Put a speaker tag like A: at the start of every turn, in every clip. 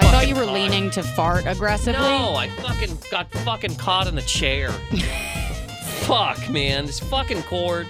A: thought you were
B: hard.
A: leaning to fart aggressively.
B: No, I fucking got fucking caught in the chair. Fuck, man, this fucking cord.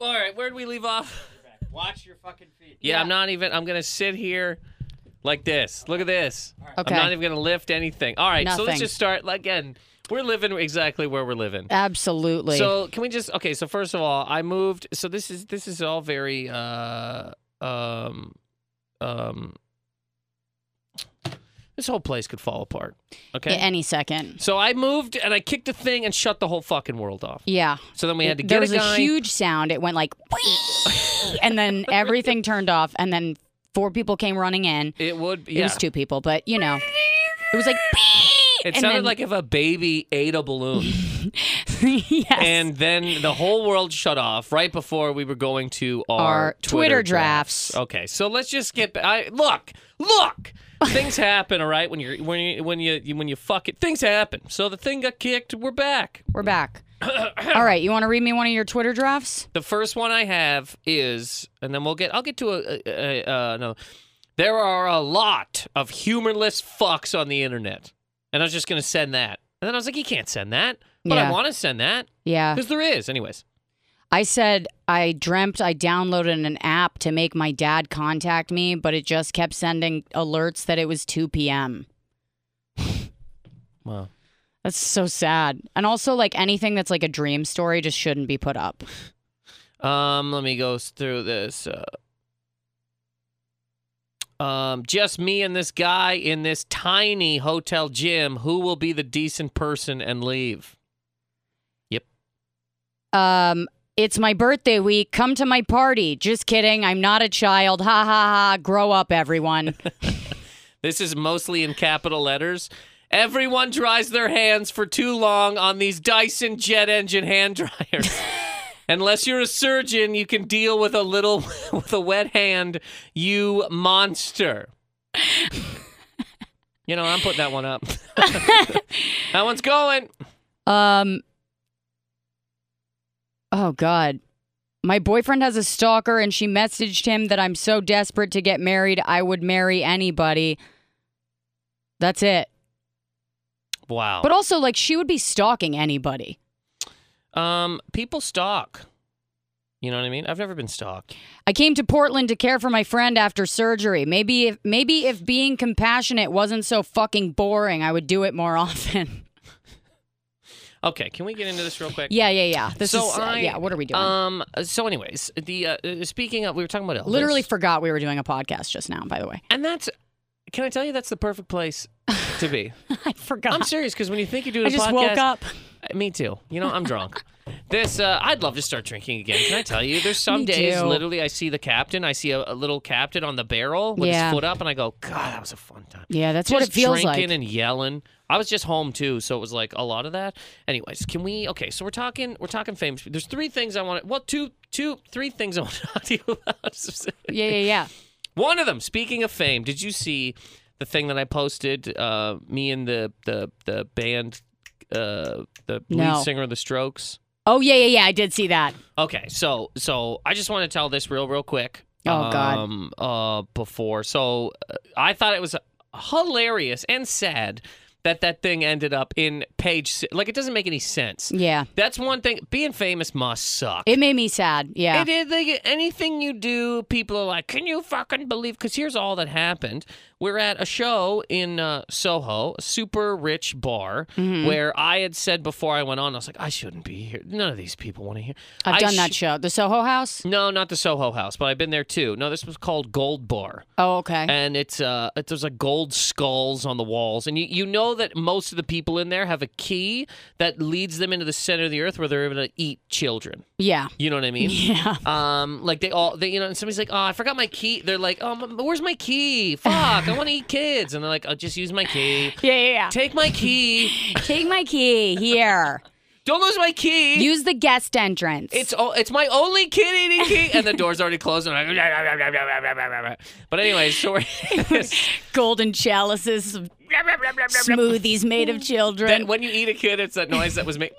B: All right, where'd we leave off?
C: Watch your fucking feet.
B: Yeah, I'm not even. I'm gonna sit here like this. Look at this.
A: Okay.
B: I'm not even gonna lift anything. All right, so let's
A: Nothing.
B: just start like, again. We're living exactly where we're living.
A: Absolutely.
B: So can we just okay? So first of all, I moved. So this is this is all very uh um um. This whole place could fall apart. Okay.
A: Yeah, any second.
B: so I moved and I kicked the thing and shut the whole fucking world off.
A: Yeah.
B: So then we had to
A: there
B: get
A: was
B: a guy.
A: huge sound. It went like, "Whee!" and then everything turned off, and then four people came running in.
B: it would.
A: It
B: Yeah.
A: was two people, but you know, it was like. "Whee!"
B: It
A: and
B: sounded
A: then-
B: like if a baby ate a balloon.
A: yes.
B: And then the whole world shut off right before we were going to our,
A: Our Twitter drafts.
B: Okay, so let's just skip. I look, look. Things happen, all right. When you're when you when you when you fuck it, things happen. So the thing got kicked. We're back.
A: We're back. All right, you want to read me one of your Twitter drafts?
B: The first one I have is, and then we'll get. I'll get to a, a, a uh, no. There are a lot of humorless fucks on the internet, and I was just gonna send that, and then I was like, you can't send that, but I
A: Yeah.
B: want to send that
A: Yeah.
B: because there is, anyways.
A: I said I dreamt I downloaded an app to make my dad contact me, but it just kept sending alerts that it was 2 p.m.
B: Wow.
A: That's so sad. And also, like anything that's like a dream story just shouldn't be put up.
B: Um, let me go s- through this. Uh, um, just me and this guy in this tiny hotel gym. Who will be the decent person and leave?
A: Um, it's my birthday week. Come to my party. Just kidding. I'm not a child. Ha ha ha. Grow up, everyone.
B: This is mostly in capital letters. Everyone dries their hands for too long on these Dyson jet engine hand dryers. Unless you're a surgeon, you can deal with a little with a wet hand, you monster. you know, I'm putting that one up. that one's going.
A: Um. Oh God, my boyfriend has a stalker, and she messaged him that I'm so desperate to get married, I would marry anybody. That's it.
B: Wow.
A: But also, like, she would be stalking anybody.
B: um, people stalk. You know what I mean? I've never been stalked.
A: I came to Portland to care for my friend after surgery. Maybe if maybe if being compassionate wasn't so fucking boring, I would do it more often.
B: Okay, can we get into this real quick?
A: yeah, yeah, yeah. This
B: so
A: is uh,
B: I,
A: yeah. What are we doing?
B: Um. So, anyways, the uh, uh, speaking of, we were talking about Elvis.
A: Literally forgot we were doing a podcast just now. By the way,
B: and that's. Can I tell you that's the perfect place to be?
A: I forgot.
B: I'm serious because when you think you're doing
A: I
B: a
A: just
B: podcast,
A: woke up.
B: Uh, Me too. You know, I'm drunk. This, uh, I'd love to start drinking again. Can I tell you? There's some
A: Me
B: days,
A: too.
B: literally, I see the captain. I see a, a little captain on the barrel with
A: Yeah.
B: his foot up, and I go, God, that was a fun time.
A: Yeah, that's
B: just
A: what it feels
B: drinking
A: like.
B: and yelling. I was just home too, so it was like a lot of that. Anyways, can we? Okay, so we're talking. We're talking famous. There's three things I want. to Well, two, two, three things I want to talk to you about.
A: yeah, yeah, yeah.
B: One of them. Speaking of fame, did you see the thing that I posted? Uh, me and the the the band, uh, the
A: No.
B: lead singer of the Strokes.
A: Oh yeah, yeah, yeah. I did see that.
B: Okay, so so I just want to tell this real real quick.
A: Oh, God.
B: um, God. Uh, before so uh, I thought it was hilarious and sad that that thing ended up in page si- like it doesn't make any sense.
A: Yeah,
B: That's one thing. Being famous must suck.
A: it made me sad. Yeah,
B: It is like anything you do, people are like, "Can you fucking believe?" Because here's all that happened: we're at a show in uh, Soho, a super rich bar,
A: Mm-hmm.
B: where I had said before I went on, I was like, "I shouldn't be here. None of these people want to hear."
A: I've
B: I
A: done
B: sh-
A: that show, the Soho House.
B: No, not the Soho House, but I've been there too. No, this was called Gold Bar
A: Oh, okay.
B: and it's uh it, there's like gold skulls on the walls and you, you know that most of the people in there have a key that leads them into the center of the earth where they're able to eat children
A: yeah,
B: you know what i mean yeah um like they all they you know and somebody's like oh i forgot my key they're like oh m- where's my key fuck i want to eat kids and they're like oh just use my key
A: yeah, yeah.
B: take my key
A: yeah. Take my key here.
B: don't lose my key
A: Use the guest entrance.
B: It's oh, it's my only kid eating key, and the door's already closed. And I'm like, but anyway, so we're,
A: golden chalices, of smoothies made of children.
B: Then when you eat a kid, it's that noise that was made.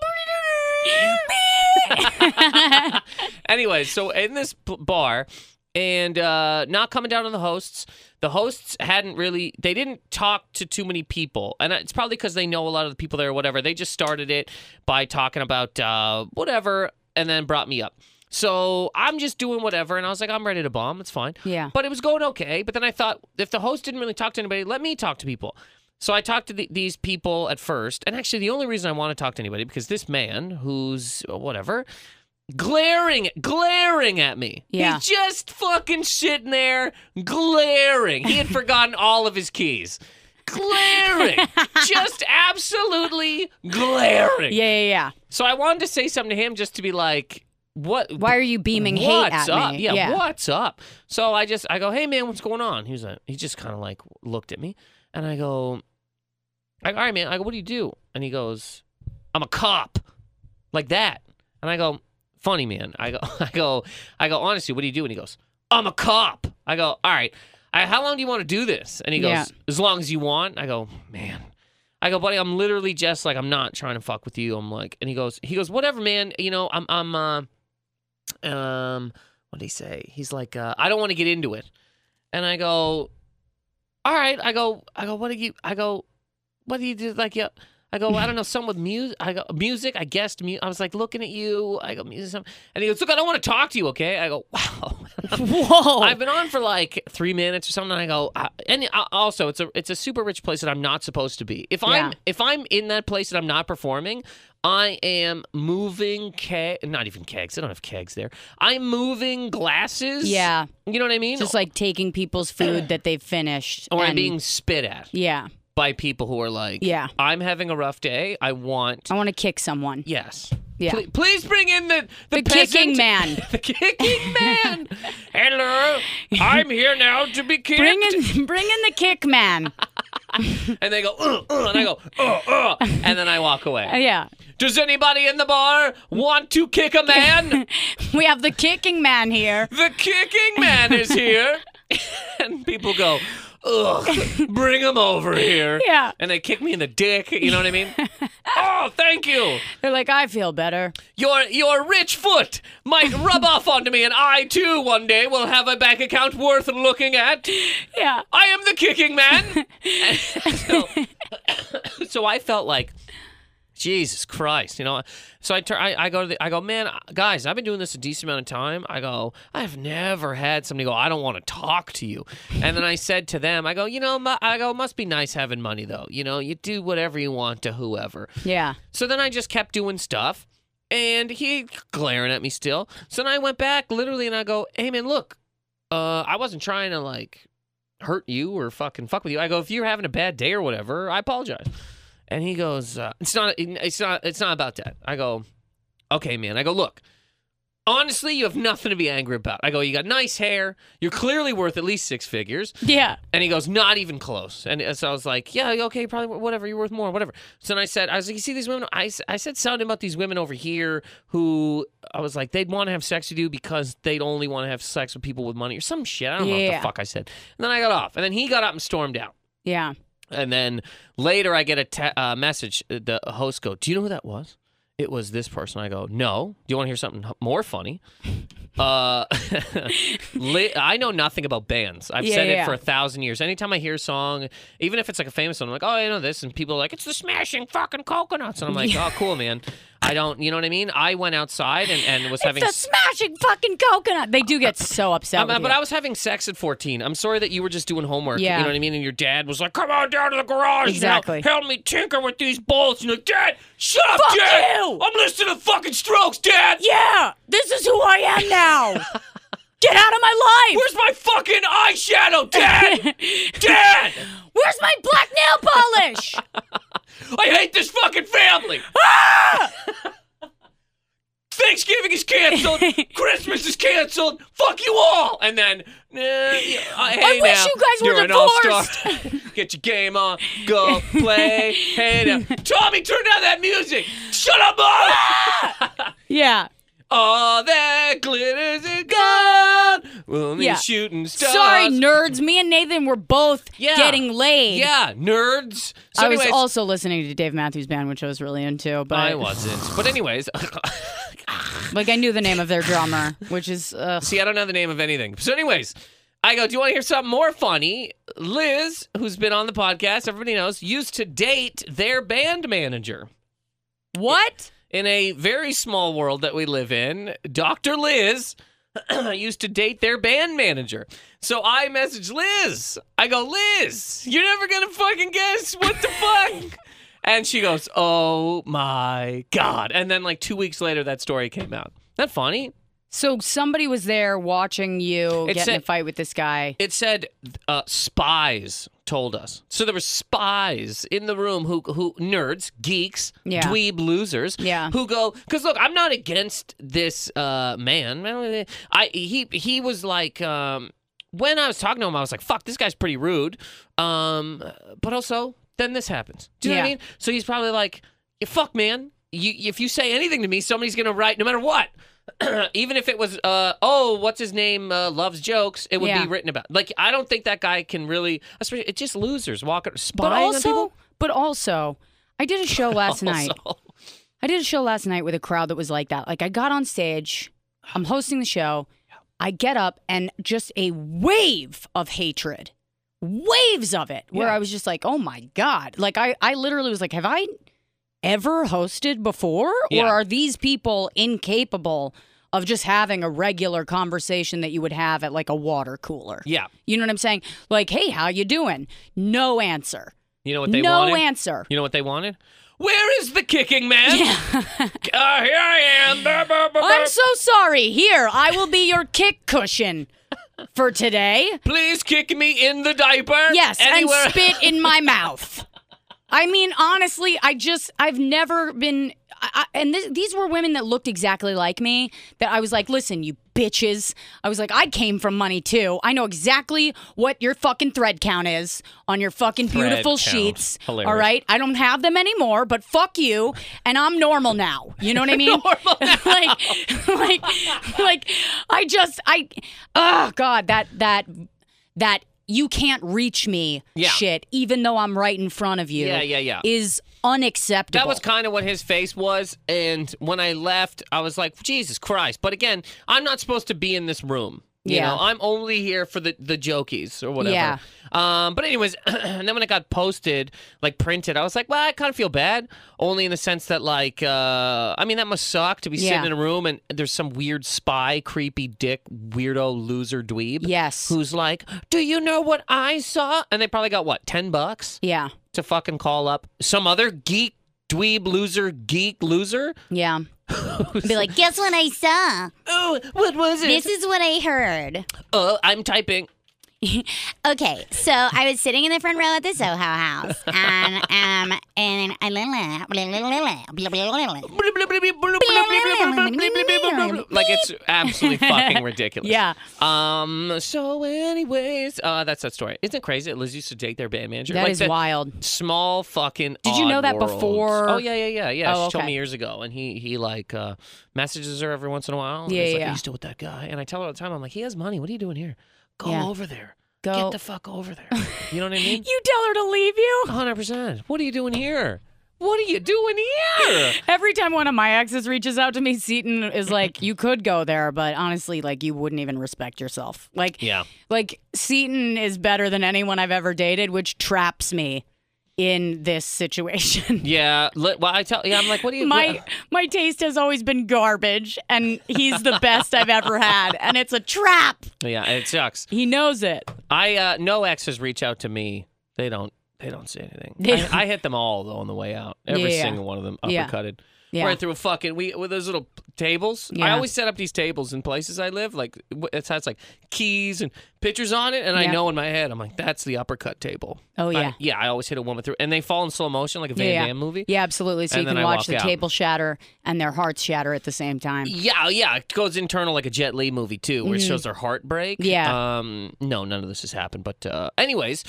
B: anyway, so in this p- bar, and uh, not coming down on the hosts, the hosts hadn't really, they didn't talk to too many people. And it's probably because they know a lot of the people there or whatever. They just started it by talking about uh, whatever and then brought me up. So I'm just doing whatever. And I was like, I'm ready to bomb. It's fine.
A: Yeah.
B: But it was going okay. But then I thought, if the host didn't really talk to anybody, let me talk to people. So I talked to the, these people at first, and actually the only reason I want to talk to anybody because this man, who's uh, whatever, glaring, glaring at me.
A: Yeah.
B: He's just fucking sitting there glaring. He had forgotten all of his keys. Glaring, just absolutely glaring.
A: yeah, yeah, yeah.
B: So I wanted to say something to him just to be like, what?
A: Why are you beaming hate at
B: what's up?
A: me?
B: Yeah, what's up? So I just I go, hey man, what's going on? He was like, he just kind of like looked at me, and I go, I go, all right man, I go, what do you do? And he goes, I'm a cop. like that. And I go, funny man. I go, I go, I go. Honestly, what do you do? And he goes, I'm a cop. I go, all right. I, how long do you want to do this? And he goes,
A: Yeah.
B: as long as you want. I go, man. I go, buddy. I'm literally just like, I'm not trying to fuck with you. I'm like, and he goes, he goes, whatever, man. You know, I'm, I'm, uh, um, what did he say? He's like, uh, I don't want to get into it. And I go, all right. I go, I go, what do you, I go, what do you do? Like, yeah. I go, I don't know, some with music. I go, music. I guessed. Mu- I was like looking at you. I go, music. Something. And he goes, look, I don't want to talk to you. Okay. I go, wow.
A: Whoa.
B: I've been on for like three minutes or something. And I go, uh, and uh, also it's a it's a super rich place that I'm not supposed to be. If I'm
A: Yeah.
B: if I'm in that place that I'm not performing, I am moving keg, not even kegs. I don't have kegs there. I'm moving glasses.
A: Yeah.
B: you know what I mean.
A: just like taking people's food that they've finished.
B: or I'm
A: and-
B: being spit at
A: Yeah.
B: by people who are like,
A: Yeah.
B: I'm having a rough day. I want
A: I want to kick someone.
B: yes.
A: Yeah.
B: Please, please bring in the
A: The
B: the,
A: kicking
B: peasant.
A: man.
B: the kicking man. Hello, I'm here now to be kicked.
A: Bring in, bring in the kick man.
B: and they go, uh, uh, and I go, uh, uh, and then I walk
A: Uh,
B: away.
A: yeah.
B: Does anybody in the bar want to kick a man?
A: We have the kicking man here.
B: the kicking man is here. and people go, ugh, bring him over here.
A: Yeah.
B: And they kick me in the dick. You know what I mean? oh, thank you.
A: They're like, I feel better.
B: Your your rich foot might rub off onto me, and I too one day will have a bank account worth looking at.
A: Yeah.
B: I am the kicking man. so, so I felt like, Jesus Christ, you know. So I turn, I, I go to the, I go, man, guys, I've been doing this a decent amount of time. I go, I've never had somebody go, I don't want to talk to you. And then I said to them, I go, you know, mu- I go, must be nice having money though. You know, you do whatever you want to whoever.
A: Yeah.
B: So then I just kept doing stuff, and he glaring at me still. So then I went back literally, and I go, "Hey man, look, uh, I wasn't trying to like hurt you or fucking fuck with you. I go, if you're having a bad day or whatever, I apologize." And he goes, uh, "It's not, it's not, it's not about that." I go, "Okay, man." I go, "Look." Honestly, you have nothing to be angry about. I go, you got nice hair. You're clearly worth at least six figures.
A: Yeah.
B: And he goes, not even close. And so I was like, yeah, okay, probably whatever. You're worth more, whatever. So then I said, I was like, you see these women? I, s- I said something about these women over here who I was like, they'd want to have sex with you because they'd only want to have sex with people with money or some shit. I don't know what
A: Yeah.
B: the fuck I said. And then I got off. And then he got up and stormed out.
A: Yeah.
B: And then later I get a te- uh, message. The host go, do you know who that was? It was this person. I go, no. Do you want to hear something h- more funny? Uh, li- I know nothing about bands. I've
A: Yeah,
B: said
A: yeah,
B: it for
A: yeah.
B: a thousand years. Anytime I hear a song, even if it's like a famous one, I'm like, oh, I know this. And people are like, it's the Smashing Fucking Coconuts. And I'm like, oh, cool, man. I don't, you know what I mean? I went outside and, and was having
A: The smashing fucking coconut. They do get so upset.
B: um,
A: with
B: but
A: you.
B: I was having sex at 14. I'm sorry that you were just doing homework.
A: Yeah.
B: You know what I mean? And your dad was like, come on down to the garage. now.
A: Exactly.
B: Help me tinker with these bolts. And you're like, Dad, shut up,
A: Fuck
B: Dad.
A: you!"
B: I'm listening to fucking strokes, Dad.
A: yeah. This is who I am now. Get out of my life.
B: Where's my fucking eyeshadow, Dad? Dad,
A: Where's my black nail polish?
B: I hate this fucking family.
A: Ah!
B: Thanksgiving is canceled. Christmas is canceled. Fuck you all. And then, eh, yeah, uh, hey
A: wish
B: now,
A: you guys were
B: you're an all-star. Get your game on. Go play. Hey now, Tommy, turn down that music. Shut up,
A: Ah!
B: Mom.
A: yeah.
B: all that glitters is gone. We'll be
A: Yeah.
B: shooting stars.
A: Sorry, nerds. Me and Nathan were both
B: Yeah.
A: getting laid.
B: Yeah, nerds. So
A: I was
B: anyways-
A: also listening to Dave Matthews Band, which I was really into, but
B: I wasn't. But anyways,
A: like I knew the name of their drummer, which is uh,
B: See, I don't know the name of anything. So, anyways, I go, Do you want to hear something more funny? Liz, who's been on the podcast, everybody knows, used to date their band manager.
A: what?
B: In a very small world that we live in, Dr. Liz used to date their band manager. So I message Liz. I go, Liz, you're never going to fucking guess what the fuck. And she goes, Oh my God. And then, like, two weeks later, that story came out. Isn't that funny?
A: So somebody was there watching you
B: It
A: get in
B: said-
A: a fight with this guy.
B: It said uh, spies told us. So there were spies in the room who who nerds, geeks,
A: Yeah.
B: dweeb losers,
A: Yeah.
B: who go cuz look, I'm not against this uh, man. I he he was like um, when I was talking to him, I was like, "Fuck, this guy's pretty rude." Um, but also, then this happens. Do you know what I
A: Yeah.
B: mean? So he's probably like, "Yeah, "Fuck, man, you if you say anything to me, somebody's gonna write no matter what. Even if it was, uh, oh, what's his name uh, loves jokes, it would
A: Yeah.
B: be written about. Like I don't think that guy can really. Especially, it's just losers walking spying
A: But
B: on
A: also,
B: people.
A: but also, I did a show last night.
B: Also.
A: I did a show last night with a crowd that was like that. Like I got on stage, I'm hosting the show, I get up and just a wave of hatred. Waves of it where
B: Yeah.
A: I was just like, "Oh my god." Like I I literally was like, "Have I ever hosted before
B: Yeah.
A: or are these people incapable of just having a regular conversation that you would have at like a water cooler?"
B: yeah,
A: You know what I'm saying? Like, "Hey, how you doing?" No answer.
B: you know what they
A: No
B: wanted.
A: answer.
B: You know what they wanted? Where is the kicking man?
A: Yeah.
B: Uh, here I am. Burr, burr, burr, burr.
A: I'm so sorry. Here, I will be your kick cushion for today.
B: Please kick me in the diaper.
A: Yes,
B: anywhere.
A: and spit in my mouth. I mean, honestly, I just, I've never been, I, I, and th- these were women that looked exactly like me that I was like, listen, you bitches. I was like, I came from money too. I know exactly what your fucking thread count is on your fucking
B: Thread
A: beautiful
B: count.
A: sheets. All
B: Hilarious.
A: right. I don't have them anymore, but fuck you. And I'm normal now. You know what I mean?
B: Normal now.
A: like, like, like, I just, I, oh God, that, that, that you can't reach me
B: Yeah.
A: shit, even though I'm right in front of you.
B: Yeah, yeah, yeah.
A: Is unacceptable.
B: That was kind of what his face was. And when I left, I was like, Jesus Christ. But again, I'm not supposed to be in this room. You
A: Yeah.
B: know, I'm only here for the, the jokies or whatever.
A: Yeah.
B: Um, but anyways, and then when it got posted, like printed, I was like, well, I kind of feel bad. Only in the sense that like, uh, I mean, that must suck to be
A: Yeah.
B: sitting in a room and there's some weird spy, creepy dick, weirdo, loser dweeb.
A: Yes.
B: Who's like, do you know what I saw? And they probably got what, 10 bucks?
A: yeah.
B: to fucking call up some other geek, dweeb, loser, geek, loser.
A: Yeah.
D: Be like, guess what I saw?
B: Oh, what was it?
D: This is what I heard.
B: oh, I'm typing.
D: Okay, so I was sitting in the front row at the Soho House, and um, and I
B: Like it's absolutely fucking ridiculous.
A: Yeah.
B: Um. So, anyways, uh, that's that story. Isn't it crazy? that Liz used to date their band manager.
A: That
B: like
A: is
B: the
A: wild.
B: Small fucking.
A: Did you know
B: odd
A: that
B: world.
A: before-
B: Oh yeah, yeah, yeah, yeah.
A: Oh,
B: She told
A: okay.
B: me years ago, and he he like uh, messages her every once in a while. and
A: Yeah,
B: he's like,
A: yeah.
B: Are you still with that guy? And I tell her all the time, I'm like, he has money. What are you doing here? Go
A: Yeah.
B: over there.
A: Go-
B: Get the fuck over there. You know what I mean?
A: You tell her to leave you?
B: Hundred percent. What are you doing here? What are you doing here?
A: Every time one of my exes reaches out to me, Seton is like, "You could go there, but honestly, like you wouldn't even respect yourself." Like,
B: Yeah.
A: like Seton is better than anyone I've ever dated, which traps me in this situation.
B: Yeah. li- Well, I tell. Yeah, I'm like, what are you?
A: my my taste has always been garbage, and he's the best I've ever had, and it's a trap.
B: Yeah, it sucks.
A: He knows it.
B: I uh, no exes reach out to me. They don't. They don't say anything.
A: They don't-
B: I, I hit them all though on the way out. Every
A: Yeah.
B: single one of them
A: Yeah.
B: uppercutted.
A: Yeah.
B: Right through a fucking we with those little tables. I
A: Yeah.
B: always set up these tables in places I live. Like w- it has like keys and pictures on it, and I
A: Yeah.
B: know in my head I'm like, that's the uppercut table.
A: Oh, yeah.
B: I, yeah. I always hit a woman through, and they fall in slow motion like a Van
A: yeah, yeah.
B: Damme movie.
A: Yeah, absolutely. So
B: And
A: you
B: then
A: can
B: I
A: watch
B: walk
A: the
B: out.
A: table shatter and their hearts shatter at the same time.
B: Yeah, yeah, it goes internal like a Jet Li movie too, where it shows their heart break.
A: Mm-hmm. Yeah.
B: Um. No, none of this has happened. But uh, anyways,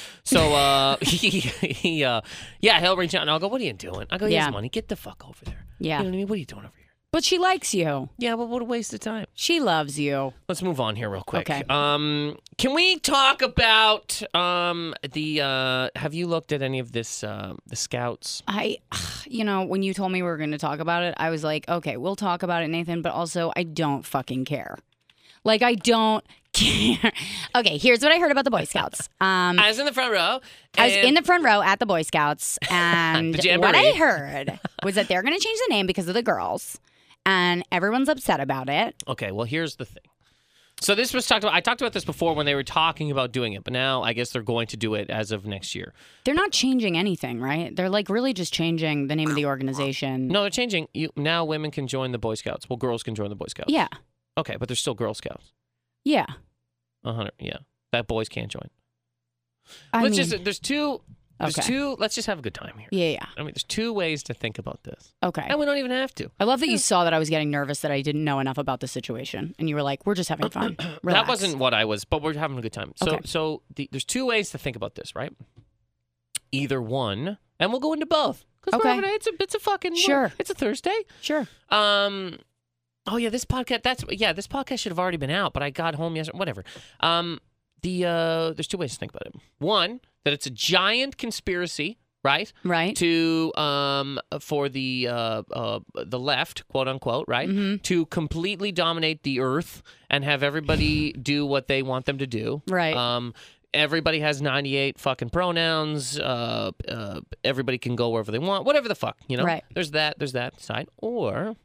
B: so uh, he, he uh, yeah, he'll reach out and I'll go, "What are you doing?" I go, "He
A: Yeah.
B: has money. Get the fuck over there."
A: Yeah.
B: You know what I mean? What are you doing over here?
A: But she likes you.
B: Yeah, but what a waste of time.
A: She loves you.
B: Let's move on here real quick.
A: Okay.
B: Um, can we talk about um the uh? Have you looked at any of this um the scouts?
A: I, you know, when you told me we were going to talk about it, I was like, okay, we'll talk about it, Nathan, but also I don't fucking care. Like, I don't care. okay, here's what I heard about the Boy Scouts. Um,
B: I was in the front row.
A: I was
B: and-
A: in the front row at the Boy Scouts, and
B: The
A: what I
B: jamboree.
A: heard was that they're going to change the name because of the girls, and everyone's upset about it.
B: Okay, well, here's the thing. So this was talked about. I talked about this before when they were talking about doing it, but now I guess they're going to do it as of next year.
A: They're not changing anything, right? They're like really just changing the name of the organization.
B: No, they're changing. You now women can join the Boy Scouts. Well, girls can join the Boy Scouts.
A: Yeah.
B: Okay, but they're still Girl Scouts.
A: Yeah.
B: A hundred. Yeah, that boys can't join.
A: I
B: let's
A: mean,
B: just. There's two. There's
A: Okay.
B: two. Let's just have a good time here.
A: yeah, yeah.
B: I mean, there's two ways to think about this,
A: Okay.
B: and we don't even have to.
A: I love that you saw that I was getting nervous that I didn't know enough about the situation, and you were like, "We're just having fun." Relax."
B: That wasn't what I was, but we're having a good time. So,
A: Okay.
B: so the, there's two ways to think about this, right? Either one, and we'll go into both Because
A: Okay.
B: we're having a, it's a it's a fucking
A: Sure.
B: It's a Thursday.
A: Sure.
B: Um. Oh yeah, this podcast. That's yeah. This podcast should have already been out, but I got home yesterday. Whatever. Um. The uh. There's two ways to think about it. One, that it's a giant conspiracy, right?
A: Right.
B: To um for the uh, uh the left, quote unquote, right?
A: Mm-hmm.
B: To completely dominate the earth and have everybody do what they want them to do.
A: Right.
B: Um. Everybody has 98 fucking pronouns. Uh, uh, everybody can go wherever they want. Whatever the fuck, you know.
A: Right.
B: There's that. There's that side. Or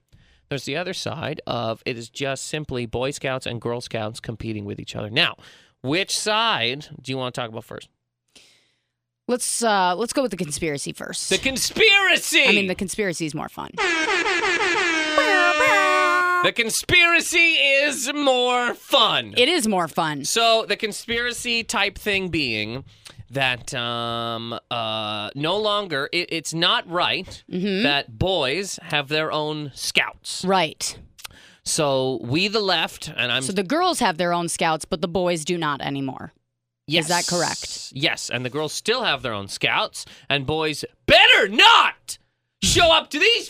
B: there's the other side of it is just simply Boy Scouts and Girl Scouts competing with each other. Now, which side do you want to talk about first?
A: Let's uh let's go with the conspiracy first.
B: The conspiracy.
A: I mean, the conspiracy is more fun.
B: the conspiracy is more fun.
A: It is more fun.
B: So the conspiracy type thing being that um, uh, no longer it, it's not right
A: Mm-hmm.
B: that boys have their own scouts.
A: Right.
B: So we the left, and I'm
A: So the girls have their own scouts, but the boys do not anymore.
B: yes,
A: that correct?
B: Yes, and the girls still have their own scouts, and boys better not show up to these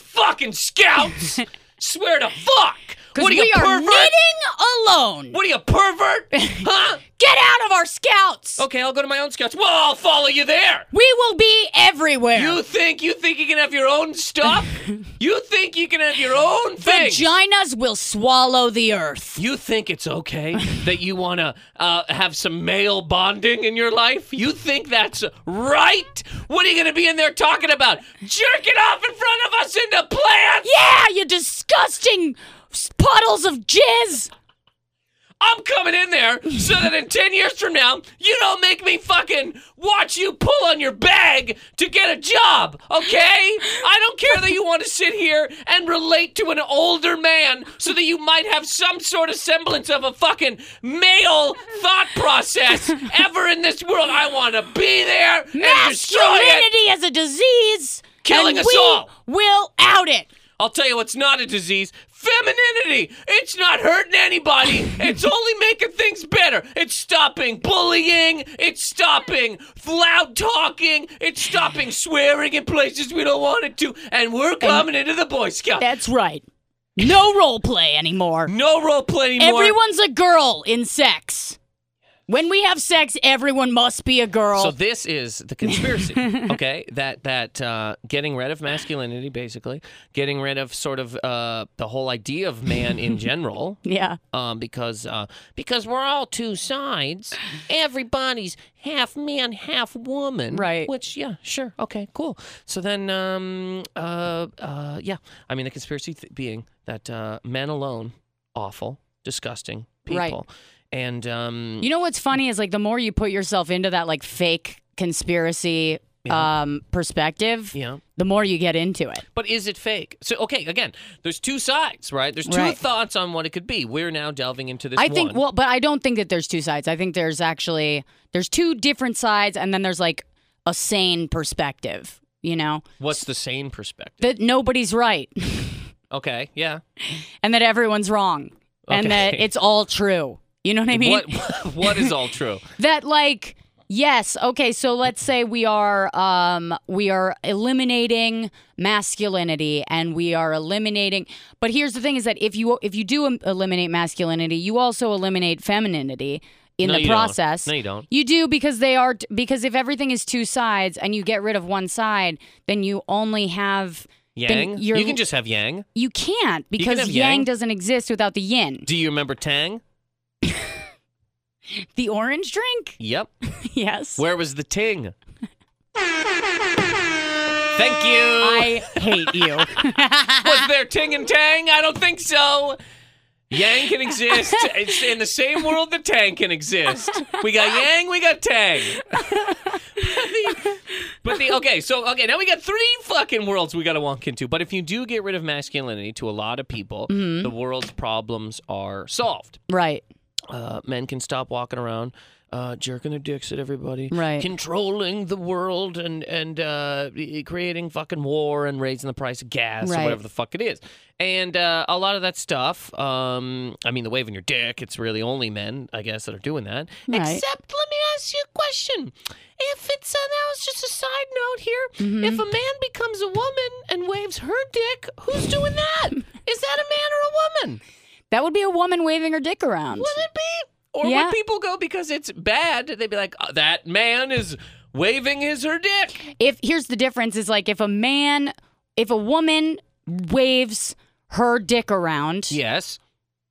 B: fucking scouts. Swear to fuck.
A: Because
B: What are
A: we
B: you
A: are
B: pervert?
A: knitting alone.
B: What are you pervert? Huh?
A: Get out of our scouts.
B: Okay, I'll go to my own scouts. Well, I'll follow you there.
A: We will be everywhere.
B: You think you think you can have your own stuff? you think you can have your own thing?
A: Vaginas will swallow the earth.
B: you think it's okay that you want to uh, have some male bonding in your life? You think that's right? What are you going to be in there talking about? Jerking off in front of us in the plants?
A: Yeah, you disgusting s- puddles of jizz.
B: I'm coming in there so that in 10 years from now, you don't make me fucking watch you pull on your bag to get a job, okay? I don't care that you want to sit here and relate to an older man so that you might have some sort of semblance of a fucking male thought process ever in this world. I want to be there and destroy it.
A: Masculinity is a disease.
B: Killing
A: and
B: us
A: we
B: all.
A: Will out it.
B: I'll tell you what's not a disease. Femininity! It's not hurting anybody. It's only making things better. It's stopping bullying. It's stopping loud talking. It's stopping swearing in places we don't want it to. And we're coming into the Boy Scout.
A: That's right. No role play anymore.
B: No role play anymore.
A: Everyone's a girl in sex. When we have sex, everyone must be a girl.
B: So this is the conspiracy, okay? That that uh, getting rid of masculinity, basically, getting rid of sort of uh, the whole idea of man in general,
A: yeah.
B: um, because uh, because we're all two sides. Everybody's half man, half woman.
A: Right.
B: Which, yeah, sure, okay, cool. So then, um, uh, uh, yeah, I mean, the conspiracy th- being that uh, men alone, awful, disgusting people,
A: Right.
B: and um,
A: You know what's funny is like the more you put yourself into that like fake conspiracy um perspective,
B: yeah.
A: the more you get into it.
B: But is it fake? So okay, again, there's two sides, right? There's two
A: Right.
B: thoughts on what it could be. We're now delving into this.
A: I think
B: one.
A: well, but I don't think that there's two sides. I think there's actually there's two different sides and then there's like a sane perspective, you know?
B: What's the sane perspective?
A: That nobody's right
B: Okay, yeah.
A: and that everyone's wrong and that
B: Okay.
A: it's all true. You know what I mean?
B: what what is all true?
A: that like yes okay so let's say we are um we are eliminating masculinity and we are eliminating but here's the thing is that if you if you do em- eliminate masculinity you also eliminate femininity in
B: No,
A: the
B: you don't.
A: process
B: No, you don't.
A: you do because they are because if everything is two sides and you get rid of one side then you only have then
B: Yang?
A: you're-
B: You can just have Yang.
A: you can't
B: can
A: because
B: have
A: yang.
B: yang.
A: doesn't exist without the yin
B: Do you remember Tang?
A: the orange drink
B: Yep.
A: yes
B: Where was the Ting? Thank you.
A: i hate you
B: Was there Ting and Tang? I don't think so. Yang can exist. It's in the same world that Tang can exist. We got Yang, we got Tang. But the okay, so okay, now we got three fucking worlds we got to walk into. But if you do get rid of masculinity to a lot of people,
A: Mm-hmm.
B: the world's problems are solved.
A: right
B: uh, men can stop walking around uh, jerking their dicks at everybody,
A: Right.
B: Controlling the world and and uh, e- creating fucking war and raising the price of gas or
A: Right.
B: whatever the fuck it is. And uh, a lot of that stuff. Um, I mean, the waving your dick. It's really only men, I guess, that are doing that.
A: Right.
B: Except, let me ask you a question. If it's uh, now, it's just a side note here.
A: Mm-hmm.
B: If a man becomes a woman and waves her dick, who's doing that? is that a man or a woman?
A: That would be a woman waving her dick around.
B: Would it be? Or
A: Yeah.
B: would people go because it's bad? They'd be like, "Uh, that man is waving his her dick.
A: If here's the difference is like if a man, if a woman waves her dick around,
B: Yes.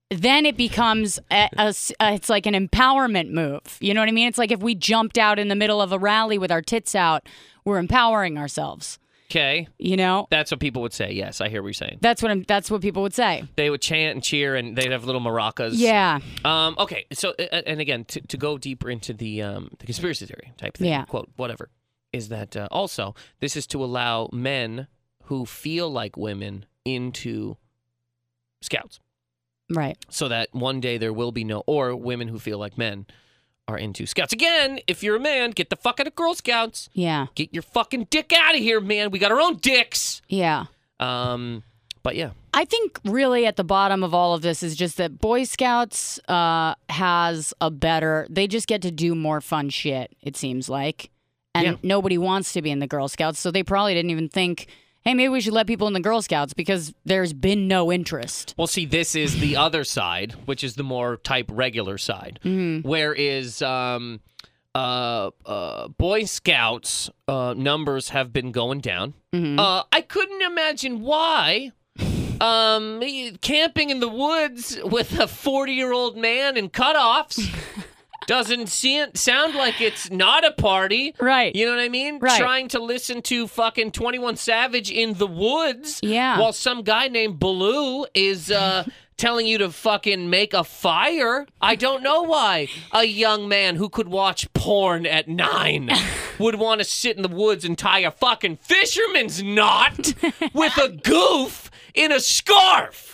A: then it becomes a, a s- a- it's like an empowerment move. You know what I mean? It's like if we jumped out in the middle of a rally with our tits out, we're empowering ourselves.
B: Okay.
A: You know,
B: That's what people would say. Yes, I hear what you're saying.
A: that's what I'm, that's what people would say.
B: They would chant and cheer, and they'd have little maracas.
A: Yeah,
B: Um, okay, so uh, and again, to, to go deeper into the um, the conspiracy theory type thing,
A: Yeah.
B: quote whatever, is that uh, also this is to allow men who feel like women into scouts,
A: right.
B: so that one day there will be no or women who feel like men are into scouts. Again, if you're a man, get the fuck out of Girl Scouts.
A: Yeah,
B: Get your fucking dick out of here, man. We got our own dicks.
A: yeah.
B: Um, but yeah,
A: I think really at the bottom of all of this is just that Boy Scouts uh, has a better. They just get to do more fun shit. It seems like, and
B: Yeah.
A: nobody wants to be in the Girl Scouts, so they probably didn't even think, hey, maybe we should let people in the Girl Scouts because there's been no interest.
B: Well, see, this is the other side, which is the more type regular side. Where is um, uh, uh, Boy Scouts uh, numbers have been going down. Uh, I couldn't imagine why. Um, camping in the woods with a forty-year-old man in cutoffs doesn't se- sound like it's not a party,
A: Right.
B: You know what I mean?
A: Right.
B: Trying to listen to fucking Twenty One Savage in the woods,
A: Yeah.
B: while some guy named Baloo is uh, telling you to fucking make a fire. I don't know why a young man who could watch porn at nine would want to sit in the woods and tie a fucking fisherman's knot with a goof in a scarf.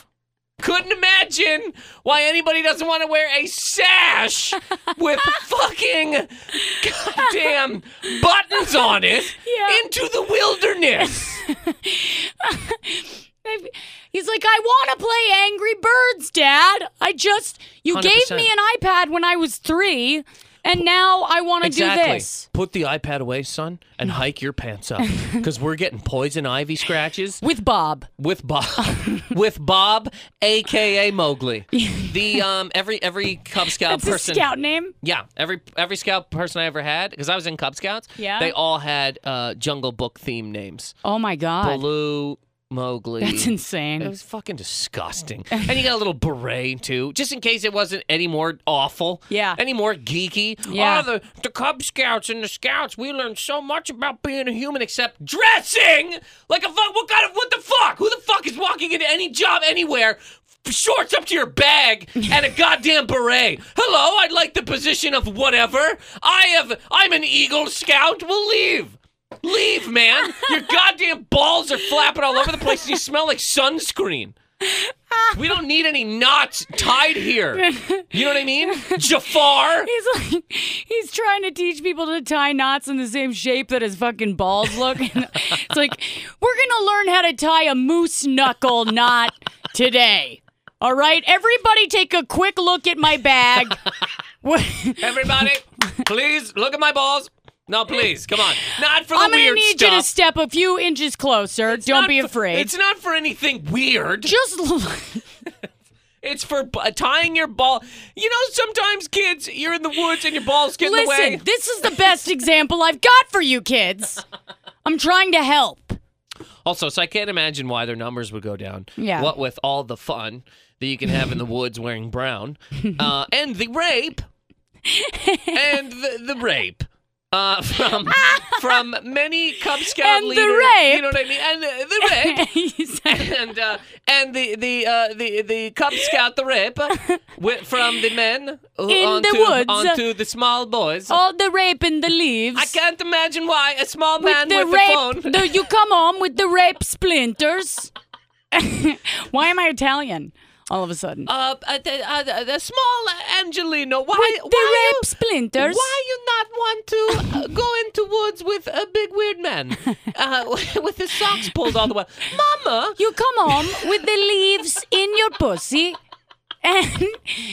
B: Couldn't imagine why anybody doesn't want to wear a sash with fucking goddamn buttons on it
A: Yeah.
B: into the wilderness.
A: He's like, I want to play Angry Birds, Dad. I just you gave
B: 100%.
A: me an iPad when I was three, and now I want to do this.
B: Put the iPad away, son, and hike your pants up because we're getting poison ivy scratches
A: With Bob.
B: with Bob, with Bob, aka Mowgli. The um every every Cub Scout
A: That's
B: person.
A: a scout name.
B: Yeah, every every Scout person I ever had because I was in Cub Scouts.
A: Yeah.
B: they all had uh, Jungle Book theme names.
A: Oh my God.
B: Baloo, Mowgli.
A: That's insane.
B: It was fucking disgusting. And you got a little beret too, just in case it wasn't any more awful.
A: Yeah.
B: Any more geeky.
A: Yeah.
B: Oh, the, the Cub Scouts and the Scouts, we learned so much about being a human except dressing like a fuck. What kind of, what the fuck? Who the fuck is walking into any job anywhere? Shorts up to your bag and a goddamn beret. Hello, I'd like the position of whatever. I have, I'm an Eagle Scout. We'll leave. Leave, man. Your goddamn balls are flapping all over the place and you smell like sunscreen. We don't need any knots tied here. You know what I mean? Jafar.
A: He's like, he's trying to teach people to tie knots in the same shape that his fucking balls look. it's like, we're gonna learn how to tie a moose knuckle knot today. All right, everybody, take a quick look at my bag. What-
B: Everybody, please look at my balls. No, please, come on. Not for the
A: I'm gonna
B: weird
A: need
B: stuff.
A: you to step a few inches closer.
B: It's
A: Don't
B: not
A: be
B: for-
A: afraid.
B: it's not for anything weird.
A: just look.
B: It's for b- tying your ball. You know, sometimes kids, you're in the woods and your balls get in the way.
A: Listen, this is the best example I've got for you kids. I'm trying to help.
B: Also, so I can't imagine why their numbers would go down.
A: Yeah.
B: What with all the fun that you can have in the woods wearing brown, uh, and the rape, and the, the rape. Uh, from from many Cub Scout
A: And the
B: leaders, you
A: rape.
B: know what I mean, and uh, the rape,
A: He's like,
B: and uh, and the the uh, the the Cub Scout the rape went from the men uh,
A: the
B: onto,
A: woods. Oh,
B: onto the small boys.
A: all the rape in the leaves.
B: I can't imagine why a small man with, a phone.
A: rape, the- you come home with the rape splinters. Why am I Italian? all of a sudden.
B: Uh, uh, the, uh, the- the small Angelino, why,
A: With the
B: why
A: red
B: you-
A: splinters.
B: Why you not want to uh, go into woods with a big weird man, uh, with his socks pulled all the way? Mama,
A: You come home with the leaves in your pussy and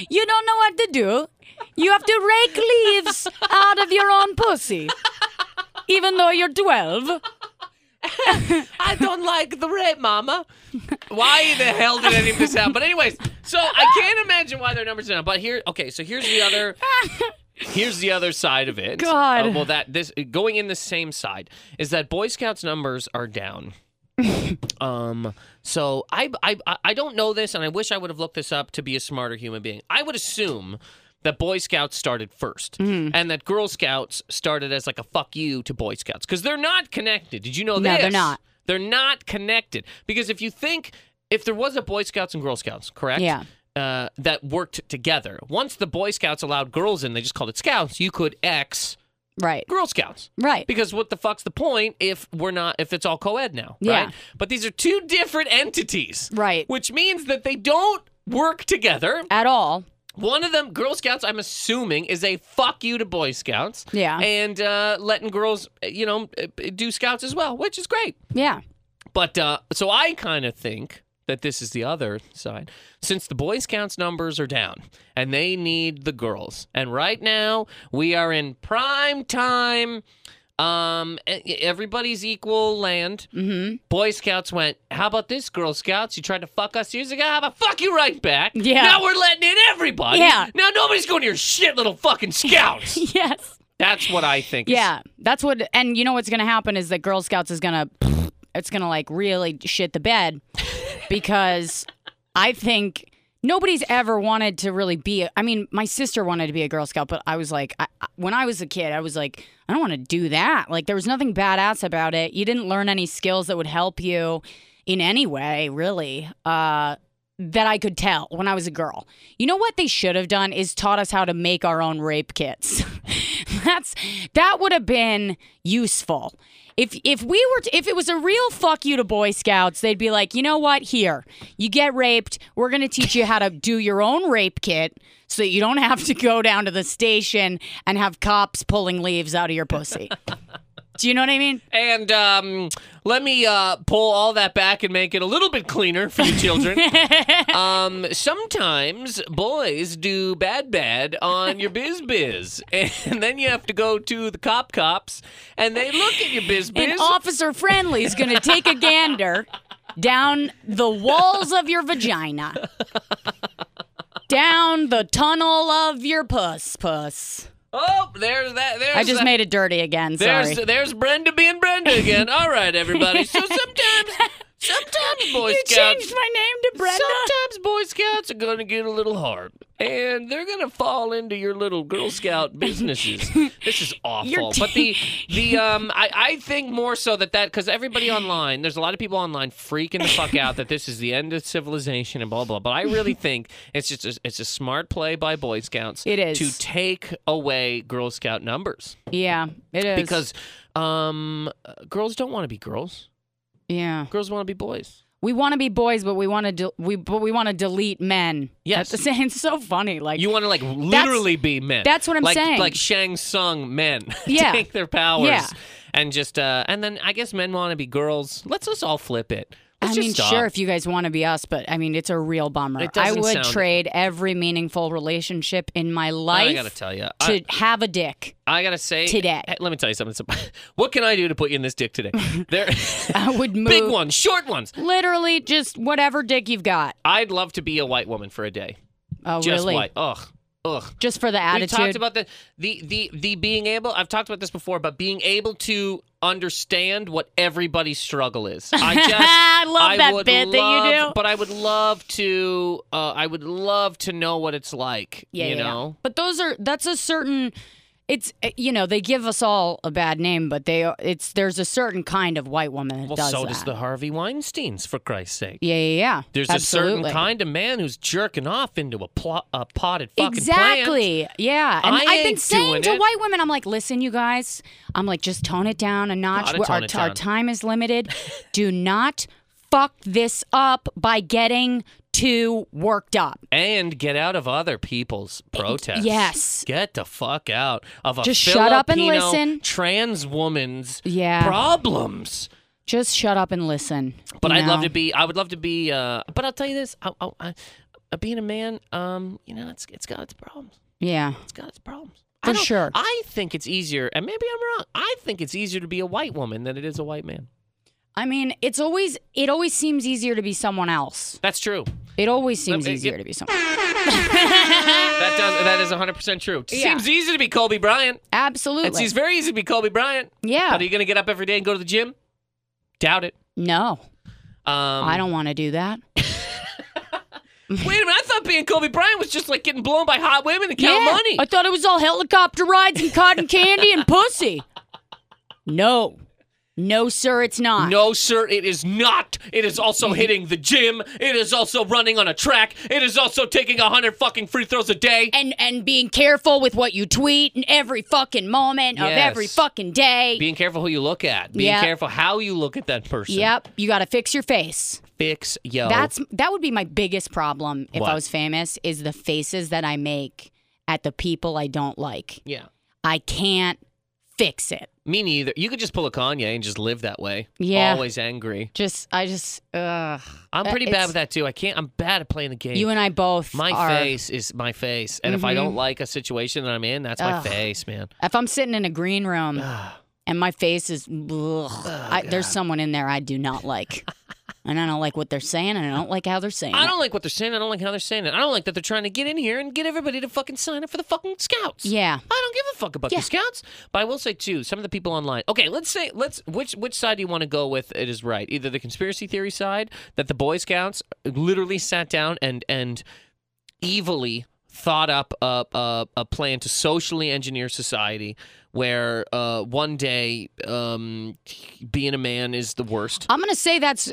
A: you don't know what to do. You have to rake leaves out of your own pussy. Even though you're 12.
B: I don't like the rape, Mama. Why the hell did any of this happen? But anyways, so I can't imagine why their numbers are down. But here, okay, so here's the other. Here's the other side of it.
A: God.
B: Uh, well, that this going in the same side is that Boy Scouts numbers are down. um. So I I I- I don't know this, and I wish I would have looked this up to be a smarter human being. I would assume. That Boy Scouts started 1st and that Girl Scouts started as like a fuck you to Boy Scouts because they're not connected. Did you know
A: No,
B: this?
A: they're not.
B: They're not connected because if you think if there was a Boy Scouts and Girl Scouts, correct?
A: Yeah.
B: Uh, that worked together. Once the Boy Scouts allowed girls in, they just called it Scouts. You could X
A: Right.
B: Girl Scouts.
A: Right.
B: Because what the fuck's the point if we're not if it's all co-ed now,
A: Yeah.
B: right? But these are two different entities.
A: Right.
B: Which means that they don't work together.
A: At all.
B: One of them, Girl Scouts, I'm assuming, is a fuck you to Boy Scouts.
A: Yeah.
B: And uh, letting girls, you know, uh, do Scouts as well, which is great.
A: Yeah.
B: But uh, so I kind of think that this is the other side. Since the Boy Scouts numbers are down and they need the girls, and right now we are in prime time. Um, e- everybody's equal land. Mm-hmm. Boy Scouts went. How about this, Girl Scouts? You tried to fuck us years ago. How about fuck you right back?
A: Yeah.
B: Now we're letting in everybody.
A: Yeah.
B: Now nobody's going to your shit, little fucking Scouts.
A: Yes.
B: That's what I think. is-
A: Yeah, that's what. And you know what's going to happen is that Girl Scouts is going to, it's going to like really shit the bed because I think nobody's ever wanted to really be. A, I mean, my sister wanted to be a Girl Scout, but I was like, I, I- when I was a kid, I was like, I don't want to do that. Like, there was nothing badass about it. You didn't learn any skills that would help you in any way, really. Uh, that I could tell when I was a girl. You know what they should have done is taught us how to make our own rape kits. That's that would have been useful. If if we were to, if it was a real fuck you to Boy Scouts, they'd be like, "You know what? Here. You get raped. We're going to teach you how to do your own rape kit so that you don't have to go down to the station and have cops pulling leaves out of your pussy." do you know what I mean?
B: And um, let me uh, pull all that back and make it a little bit cleaner for you children. um, sometimes boys do bad bad on your biz biz, and then you have to go to the cop cops, and they look at your biz biz.
A: And Officer Friendly is going to take a gander down the walls of your vagina, down the tunnel of your puss puss.
B: oh, there's that. There's
A: I just
B: that.
A: made it dirty again. Sorry.
B: There's there's Brenda being Brenda again. all right, everybody. So sometimes, sometimes boys
A: you
B: Scouts-
A: changed my name to Brenda.
B: Sometimes Boy Scouts are going to get a little hard, and they're going to fall into your little Girl Scout businesses. this is awful.
A: You're
B: but the the um, I, I think more so that that because everybody online, there's a lot of people online freaking the fuck out that this is the end of civilization and blah blah. But I really think it's just a, it's a smart play by Boy Scouts.
A: It is.
B: to take away Girl Scout numbers
A: yeah, it is
B: because um, girls don't want to be girls.
A: yeah,
B: Girls want to be boys.
A: we want to be boys, but we want to de- we but we want to delete men.
B: Yes.
A: That's the same. It's so funny. Like
B: You want to like literally be men.
A: that's what I'm
B: like,
A: saying.
B: Like Shang Tsung men.
A: Yeah.
B: Take their powers.
A: Yeah.
B: And just uh and then I guess men want to be girls. Let's just all flip it. Let's
A: I
B: just
A: mean,
B: stop.
A: sure, if you guys want to be us, but I mean, it's a real bummer.
B: It
A: I
B: doesn't
A: would
B: sound-
A: trade every meaningful relationship in my life
B: I gotta tell you,
A: to
B: I,
A: have a dick.
B: I gotta say
A: today.
B: Hey, Let me tell you something. It's- What can I do to put you in this dick today? There,
A: I uh, would move
B: big ones, short ones.
A: Literally, just whatever dick you've got.
B: I'd love to be a white woman for a day.
A: Oh,
B: Just
A: really?
B: white. Ugh, ugh.
A: Just for the attitude.
B: We've talked about the, the the the being able. I've talked about this before, but being able to understand what everybody's struggle is. I just
A: I love that
B: would
A: bit that you
B: love-
A: do.
B: But I would love to. Uh, I would love to know what it's like.
A: yeah,
B: you
A: yeah, yeah.
B: know.
A: But those are that's a certain. It's uh, you know they give us all a bad name, but they it's there's a certain kind of white woman that
B: Well,
A: does
B: so
A: that.
B: does the Harvey Weinstein's, for Christ's sake.
A: yeah, yeah, yeah.
B: There's a
A: Absolutely.
B: certain kind of man who's jerking off into a, pl- a potted fucking plant.
A: Exactly. Yeah. And
B: I
A: have been
B: ain't
A: saying
B: doing
A: to
B: it.
A: white women, I'm like, listen, you guys, I'm like, just tone it down a notch.
B: Gotta
A: We're- Our,
B: tone it
A: our
B: down.
A: time is limited. Do not fuck this up by getting too worked up.
B: and get out of other people's protests.
A: yes.
B: Get the fuck out of a
A: Just shut up and
B: Filipino
A: listen.
B: trans woman's
A: Yeah.
B: problems.
A: Just shut up and listen.
B: But
A: you
B: I'd love
A: know?
B: to be. I would love to be. Uh, but I'll tell you this: I, I, I, uh, being a man, um, you know, it's it's got its problems.
A: Yeah.
B: It's got its problems. I
A: For
B: don't-
A: sure.
B: I think it's easier, and maybe I'm wrong. I think it's easier to be a white woman than it is a white man.
A: I mean, it's always it always seems easier to be someone else.
B: That's true.
A: It always seems
B: me
A: easier
B: get-
A: to be someone.
B: That does. That is 100 percent true. It
A: Yeah.
B: Seems easy to be Kobe Bryant.
A: Absolutely.
B: It's, it's very easy to be Kobe Bryant.
A: yeah.
B: But are you going to get up every day and go to the gym? Doubt it.
A: no,
B: Um,
A: I don't want to do that.
B: Wait a minute. I thought being Kobe Bryant was just like getting blown by hot women and count
A: Yeah,
B: money.
A: I thought it was all helicopter rides and cotton candy and pussy. No, no, sir, it's not.
B: No, sir, it is not. It is
A: Mm-hmm.
B: also hitting the gym. It is also running on a track. It is also taking a hundred fucking free throws a day.
A: And and being careful with what you tweet in every fucking moment of
B: Yes.
A: every fucking day.
B: Being careful who you look at. Being
A: Yeah.
B: careful how you look at that person.
A: yep, you got to fix your face.
B: Fix yo.
A: That's that would be my biggest problem if
B: Oh. What?
A: I was famous is the faces that I make at the people I don't like.
B: yeah.
A: I can't fix it.
B: Me neither. You could just pull a Kanye and just live that way.
A: Yeah.
B: Always angry.
A: Just I just ugh.
B: I'm
A: Uh,
B: pretty bad
A: it's-
B: with that too. I can't. I'm bad at playing the game.
A: You and I both
B: my
A: are. Mm-hmm.
B: face is my face, and if I don't like a situation that I'm in, that's my
A: Ugh. Mm.
B: face, man.
A: If I'm sitting in a green room and my face is ugh,
B: Oh,
A: I, there's someone in there I do not like. and I don't like what they're saying and I don't like how they're saying
B: I
A: it.
B: don't like what they're saying. I don't like how they're saying it. I don't like that they're trying to get in here and get everybody to fucking sign up for the fucking scouts.
A: Yeah.
B: I don't give a fuck about
A: Yeah.
B: the scouts. But I will say too, some of the people online. Okay, let's say let's which which side do you want to go with? It is right. Either the conspiracy theory side that the Boy Scouts literally sat down and and evilly thought up a, a, a plan to socially engineer society where uh, one day um, being a man is the worst.
A: I'm gonna say that's.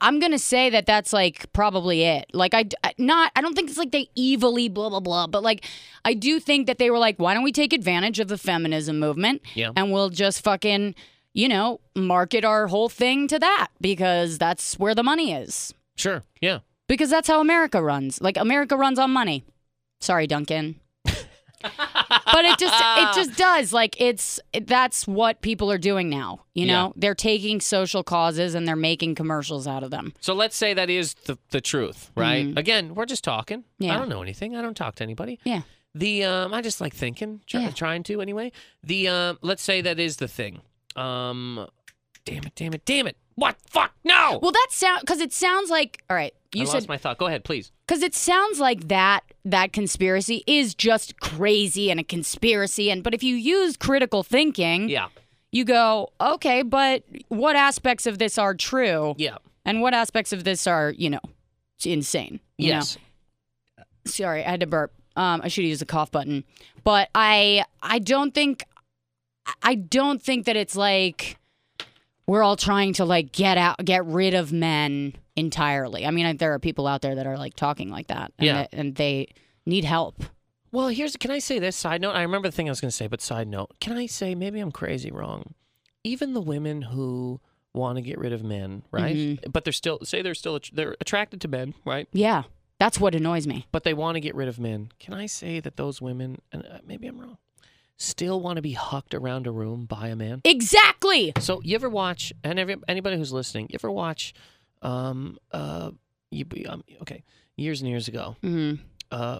A: I'm gonna say that that's like probably it. Like I not. I don't think it's like they evilly blah blah blah. But like I do think that they were like, why don't we take advantage of the feminism movement?
B: Yeah.
A: And we'll just fucking you know market our whole thing to that because that's where the money is.
B: Sure. Yeah.
A: Because that's how America runs. Like America runs on money. Sorry, Duncan. but it just it just does. Like it's that's what people are doing now. You know, they're taking social causes and they're making commercials out of them.
B: So let's say that is the, the truth, right? Again, we're just talking. I
A: Mm. Yeah.
B: don't know anything. I don't talk to anybody.
A: Yeah.
B: The um, I just like thinking, try,
A: Yeah.
B: trying to anyway. The um, let's say that is the thing. Um, damn it, damn it, damn it! What? Fuck no!
A: Well, that sound because it sounds like all right. You
B: I
A: said
B: lost my thought. Go ahead, please.
A: Because it sounds like that that conspiracy is just crazy and a conspiracy. And but if you use critical thinking,
B: Yeah,
A: you go okay. But what aspects of this are true,
B: yeah,
A: and what aspects of this are you know insane? You know?
B: yes.
A: sorry, I had to burp. Um, I should use the cough button, but I I don't think I don't think that it's like we're all trying to like get out get rid of men entirely. I mean, I, there are people out there that are like talking like that, and,
B: Yeah.
A: that- and they need help.
B: Well, here's can I say this side note? I remember the thing I was going to say, but side note. Can I say maybe I'm crazy wrong? Even the women who want to get rid of men, right?
A: Mm-hmm.
B: But they're still say they're still they're attracted to men, right?
A: Yeah, that's what annoys me.
B: but they want to get rid of men. Can I say that those women, and uh, maybe I'm wrong, still want to be hucked around a room by a man?
A: Exactly.
B: So you ever watch, and every, anybody who's listening, you ever watch, um, uh, you be, um, okay, years and years ago,
A: Mhm.
B: uh,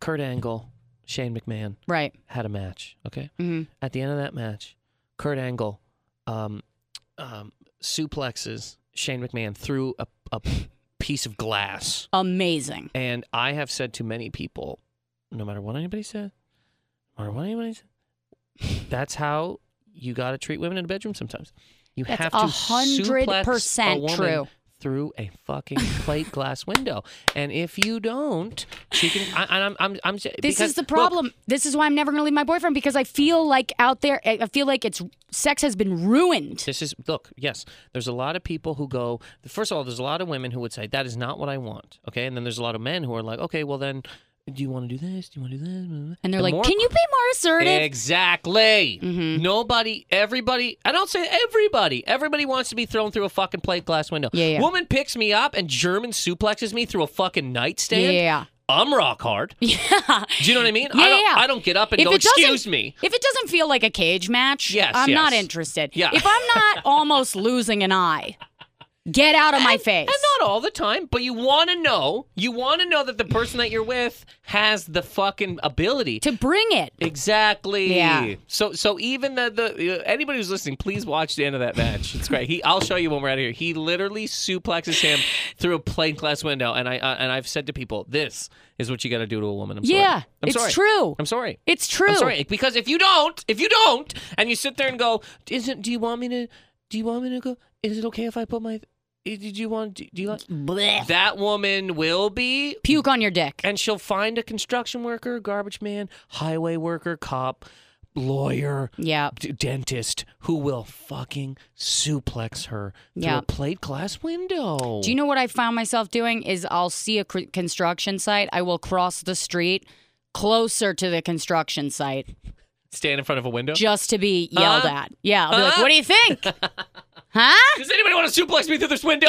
B: Kurt Angle, Shane McMahon
A: Right.
B: had a match. Okay,
A: Mhm.
B: at the end of that match, Kurt Angle, um, um, suplexes Shane McMahon through a, a piece of glass.
A: Amazing.
B: And I have said to many people, no matter what anybody said, no matter what anybody said, that's how you got to treat women in a bedroom sometimes. You
A: That's
B: have to
A: a hundred
B: suplex a
A: percent
B: woman
A: true.
B: Through a fucking plate glass window, and if you don't, she can. I, and I'm, I'm, I'm. This
A: This is the problem. this is why I'm never going to leave my boyfriend because I feel like out there, I I feel like it's sex has been ruined.
B: This is look, yes. There's a lot of people who go. First of all, there's a lot of women who would say that is not what I want. Okay, and then there's a lot of men who are like, okay, well then, do you want to do this? Do you want to do this? Blah, blah, blah.
A: And they're
B: The
A: like,
B: more-
A: can you be more assertive?
B: Exactly.
A: Mm-hmm.
B: Nobody, everybody, I don't say everybody. Everybody wants to be thrown through a fucking plate glass window.
A: Yeah, yeah.
B: Woman picks me up and German suplexes me through a fucking nightstand.
A: Yeah.
B: I'm rock hard.
A: Yeah.
B: Do you know what I mean?
A: Yeah,
B: I, don't,
A: yeah.
B: I don't get up and
A: If
B: go,
A: it doesn't-
B: excuse me.
A: If it doesn't feel like a cage match,
B: Yes,
A: I'm not
B: yes.
A: interested.
B: Yeah.
A: If I'm not almost losing an eye, get out of my face.
B: And not all the time, but you want to know. You want to know that the person that you're with has the fucking ability.
A: to bring it.
B: Exactly.
A: Yeah.
B: So so even the the uh, anybody who's listening, please watch the end of that match. It's great. He I'll show you when we're out of here. He literally suplexes him through a plate glass window, and I uh, and I've said to people, this is what you got to do to a woman. I'm sorry.
A: Yeah,
B: I'm
A: it's
B: sorry.
A: true.
B: I'm sorry.
A: It's true.
B: I'm sorry because if you don't, if you don't, and you sit there and go, isn't? Do you want me to? Do you want me to go? Is it okay if I put my? Did you want? Do you like?
D: Blech.
B: That woman will be
A: Puke on your dick.
B: and she'll find a construction worker, garbage man, highway worker, cop, lawyer,
A: Yeah.
B: d- dentist who will fucking suplex her through
A: Yeah.
B: a plate glass window.
A: Do you know what I found myself doing? Is I'll see a cr- construction site, I will cross the street closer to the construction site
B: stand in front of a window?
A: just to be yelled
B: Huh?
A: at. Yeah, I'll be like,
B: Huh?
A: "What do you think?" huh?
B: Does anybody want to suplex me through this window?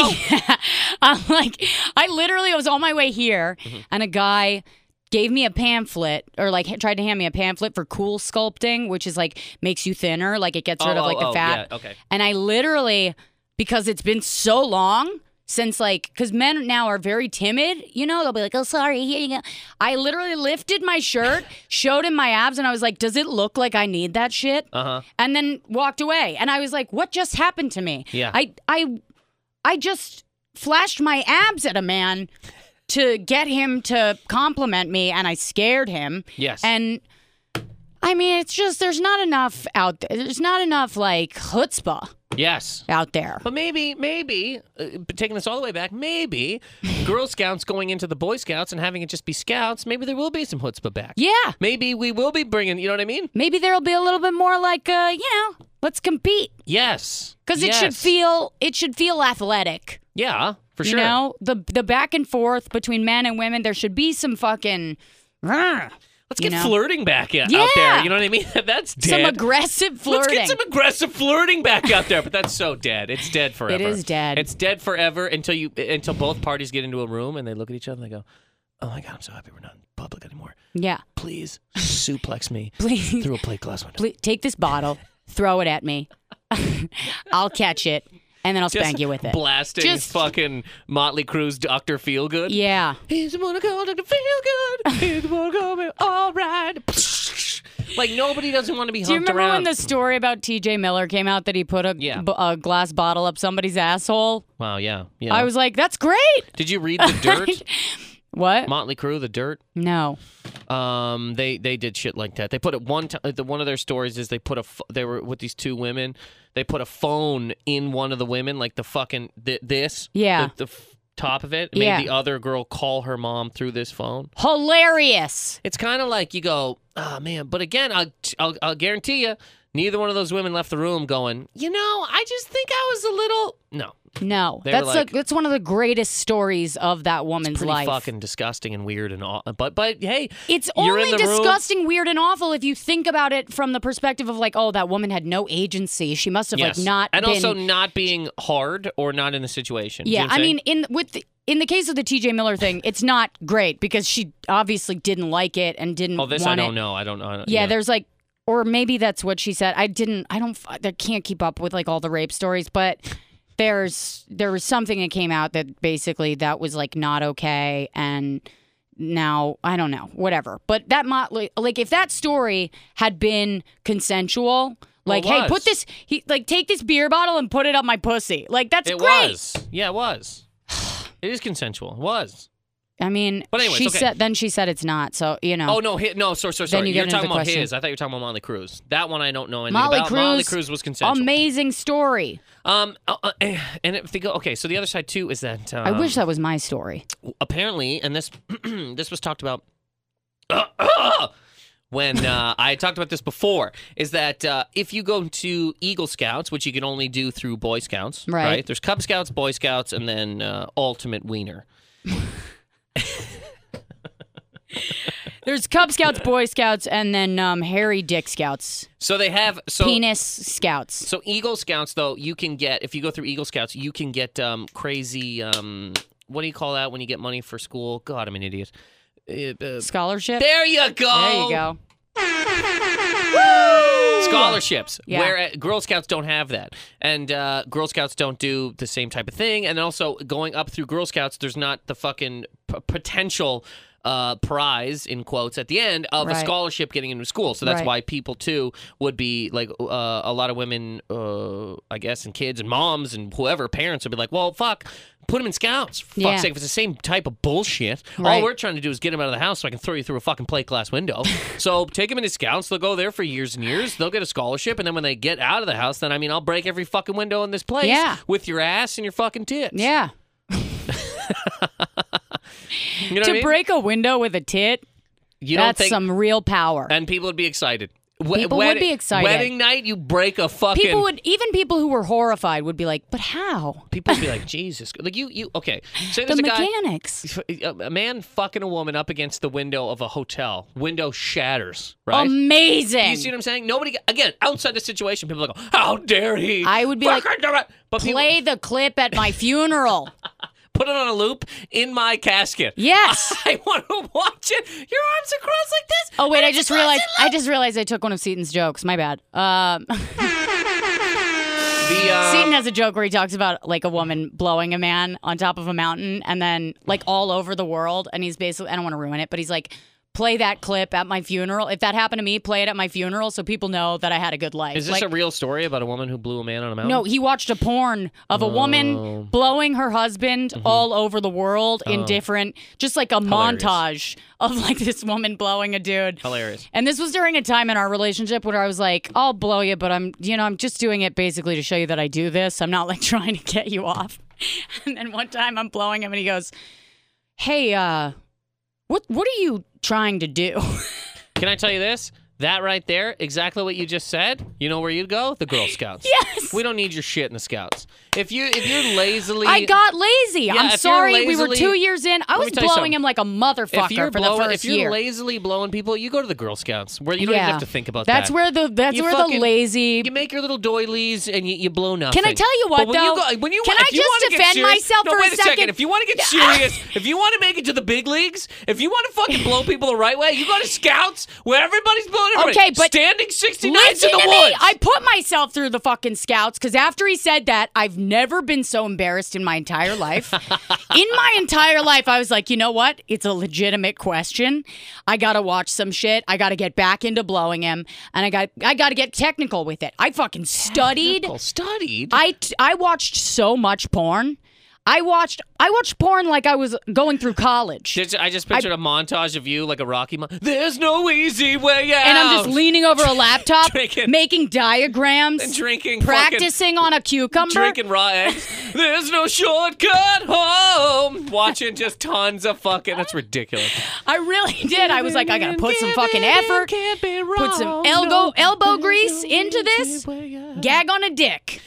A: I'm like, I literally was on my way here,
B: Mm-hmm.
A: and a guy gave me a pamphlet or like tried to hand me a pamphlet for cool sculpting, which is like makes you thinner, like it gets rid of
B: Oh,
A: like
B: oh,
A: the
B: oh,
A: fat.
B: yeah, okay.
A: And I literally, because it's been so long since like, because men now are very timid, you know, they'll be like, oh, sorry, here you go. I literally lifted my shirt, showed him my abs, and I was like, does it look like I need that shit?
B: Uh-huh.
A: And then walked away. And I was like, what just happened to me?
B: Yeah.
A: I, I, I just flashed my abs at a man to get him to compliment me, and I scared him.
B: Yes.
A: And I mean, it's just there's not enough out there. There's not enough like chutzpah
B: yes.
A: out there.
B: But maybe, maybe, uh, but taking this all the way back, maybe Girl Scouts going into the Boy Scouts and having it just be Scouts, maybe there will be some chutzpah back.
A: Yeah,
B: Maybe we will be bringing, you know what I mean?
A: maybe there'll be a little bit more like uh, you know, let's compete
B: Yes.
A: because it should
B: Yes.
A: feel it should feel athletic.
B: Yeah, for
A: You
B: sure.
A: know, the the back and forth between men and women. There should be some fucking. "Rah,"
B: Let's
A: you
B: get
A: know?
B: flirting back out,
A: Yeah.
B: out there. You know what I mean? That's dead.
A: Some aggressive flirting.
B: Let's get some aggressive flirting back out there. But that's so dead. It's dead forever.
A: is dead.
B: It's dead forever until you until both parties get into a room and they look at each other and they go, "Oh my god, I'm so happy we're not in public anymore.
A: yeah,
B: Please suplex me
A: please,
B: through a plate glass window."
A: please take this bottle, throw it at me. I'll catch it, and then I'll
B: Just
A: spank you with it.
B: Blasting
A: Just-
B: fucking Motley Crue's Doctor Feelgood.
A: yeah.
B: He's the one who called Doctor Feelgood. He's the one who called me all right. Like nobody doesn't want to be humped
A: Do you remember
B: around.
A: when the story about TJ Miller came out that he put a,
B: Yeah.
A: b- a glass bottle up somebody's asshole?
B: Wow, yeah, yeah.
A: I was like, that's great.
B: Did you read the Dirt?
A: What?
B: Motley Crue, the Dirt.
A: no.
B: Um, they they did shit like that. They put it one time. The, one of their stories is they put a. ph- They were with these two women. They put a phone in one of the women, like the fucking th- this.
A: Yeah.
B: The, the f- top of it made
A: Yeah.
B: the other girl call her mom through this phone.
A: Hilarious.
B: It's kind of like you go, oh man. But again, I'll, I'll I'll guarantee you, neither one of those women left the room going. You know, I just think I was a little no.
A: No.
B: They were
A: that's
B: like-
A: a, that's one of the greatest stories of that woman's
B: Pretty
A: life.
B: fucking disgusting and weird and all. But but hey,
A: it's
B: you're in
A: only
B: the room.
A: disgusting, weird, and awful if you think about it from the perspective of like, oh, that woman had no agency. She must have like not
B: and
A: been
B: also not being hard or not in the situation. Do you
A: Yeah,
B: know what
A: I
B: I'm
A: mean, in with the, in the case of the TJ Miller thing, it's not great because she obviously didn't like it and didn't
B: saying? oh, this I
A: want
B: don't
A: it.
B: know. I don't know.
A: yeah, there's like, or maybe that's what she said. I didn't, I don't, f- I can't keep up with like all the rape stories, but there's, there was something that came out that basically that was like not okay. And now, I don't know, whatever. But that motley, like if that story had been consensual, like,
B: Well, it
A: hey, put
B: was.
A: this, he, like, take this beer bottle and put it up my pussy. Like, that's
B: it
A: great.
B: was. Yeah, it was. it is consensual. It was.
A: I mean,
B: But anyways,
A: she
B: okay.
A: said, then she said it's not. So, you know.
B: Oh no, hi, no, sorry,
A: Then
B: sorry, sorry.
A: you
B: You
A: get
B: are
A: into
B: talking
A: the
B: about
A: question.
B: his. I thought you were talking about Molly Cruz. That one I don't know anything
A: Molly
B: about.
A: Cruz,
B: Molly Cruz was consensual.
A: Amazing story.
B: um, uh, uh, eh, and if they go, okay, so the other side too is that um,
A: I wish that was my story.
B: apparently, and this this was talked about when uh, I had talked about this before, is that uh, if you go to Eagle Scouts, which you can only do through Boy Scouts,
A: Right.
B: There's Cub Scouts, Boy Scouts, and then uh, Ultimate Wiener.
A: There's Cub Scouts, Boy Scouts, and then um, Harry Dick Scouts,
B: So they have so
A: Penis Scouts.
B: so Eagle Scouts though you can get if you go through Eagle Scouts you can get um, crazy um, what do you call that when you get money for school? God, I'm an idiot. Uh, uh,
A: Scholarship.
B: there you go.
A: There you go.
B: scholarships
A: Yeah.
B: where uh, girl scouts don't have that and uh, girl scouts don't do the same type of thing and also going up through girl scouts there's not the fucking p- potential uh, prize in quotes at the end of a
A: Right.
B: scholarship getting into school so that's
A: Right.
B: why people too would be like uh, a lot of women uh, i guess and kids and moms and whoever parents would be like well fuck put them in scouts for fuck's
A: Yeah.
B: sake if it's the same type of bullshit all
A: Right.
B: we're trying to do is get him out of the house so I can throw you through a fucking plate glass window. so take him into scouts. They'll go there for years and years. They'll get a scholarship, and then when they get out of the house, then I mean, I'll break every fucking window in this place
A: Yeah.
B: with your ass and your fucking tits.
A: Yeah.
B: you know what
A: to
B: I mean?
A: break a window with a tit,
B: you don't
A: that's
B: think,
A: some real power.
B: and people would be excited. We-
A: People would be excited.
B: Wedding night, you break a fucking.
A: people would, even people who were horrified, would be like, "But how?
B: People would be like, Jesus, like you, you. Okay, say
A: The
B: there's a guy.
A: mechanics."
B: a- A man fucking a woman up against the window of a hotel. Window shatters, right?
A: Oh, Amazing.
B: You see what I'm saying? Nobody again outside the situation. People go, "How dare he?"
A: I would be like,
B: Fucking dare it." but people-
A: Play the clip at my funeral.
B: put it on a loop in my casket.
A: Yes.
B: I want to watch it. Your arms are crossed like this.
A: Oh wait,
B: and
A: I
B: it's
A: just
B: crossed
A: realized.
B: in
A: I just realized I took one of Seaton's jokes. My bad. Um,
B: the, uh,
A: Seaton has a joke where he talks about like a woman blowing a man on top of a mountain, and then like all over the world. And he's basically—I don't want to ruin it, but he's like, "Play that clip at my funeral. If that happened to me, play it at my funeral, so people know that I had a good life."
B: is this
A: Like,
B: a real story about a woman who blew a man on a mountain?
A: No, he watched a porn of a
B: Oh. Mm-hmm. Oh.
A: woman blowing her husband all over the world in different, just like a
B: Hilarious.
A: montage of like this woman blowing a dude.
B: Hilarious.
A: And this was during a time in our relationship where I was like, I'll blow you, but I'm, you know, I'm just doing it basically to show you that I do this. I'm not like trying to get you off. And then one time I'm blowing him and he goes, Hey, uh, what, what are you trying to do?
B: Can I tell you this? That right there, exactly what you just said. You know where you'd go? The Girl Scouts.
A: Yes.
B: We don't need your shit in the Scouts. If you if you're lazily,
A: I got lazy.
B: Yeah, if
A: I'm
B: you're
A: sorry. we were
B: lazily-
A: two years in. I
B: Let me
A: was
B: tell you something.
A: blowing him like a motherfucker
B: If you're
A: for
B: blowing,
A: the first
B: if you're
A: year.
B: lazily blowing people, you go to the Girl Scouts where you don't even have to think about
A: that's
B: that.
A: where the that's
B: You
A: where
B: fucking-
A: the lazy.
B: You make your little doilies and you, you blow nothing.
A: Can I tell you what,
B: But when You
A: though?
B: go, when you,
A: Can
B: if
A: I
B: you
A: just
B: wanna get
A: defend
B: serious-
A: myself
B: no,
A: for a
B: wait a second.
A: second?
B: If you want to get serious, if you want to make it to the big leagues, if you want to fucking blow people the right way, you go to scouts where everybody's blowing everybody.
A: Okay, but
B: standing sixty nine to
A: Listen
B: the
A: to
B: woods.
A: me. I put myself through the fucking scouts because after he said that, I've never been so embarrassed in my entire life. in my entire life, I was like, you know what? It's a legitimate question. I gotta watch some shit. I gotta get back into blowing him, and I got I gotta get technical with it. I fucking studied.
B: Well, studied.
A: I t- I watched so much porn. I watched I watched porn like I was going through college.
B: Just- I just pictured a montage of you like a Rocky. Mo- There's no easy way out.
A: and I'm just leaning over a laptop,
B: Drinking.
A: making diagrams,
B: Oh. And drinking
A: practicing on a cucumber.
B: drinking raw eggs. There's no shortcut home. Watching just tons of fucking. That's ridiculous.
A: I really did. I was like, I gotta put some fucking effort, put some elbow elbow grease into this, gag on a dick.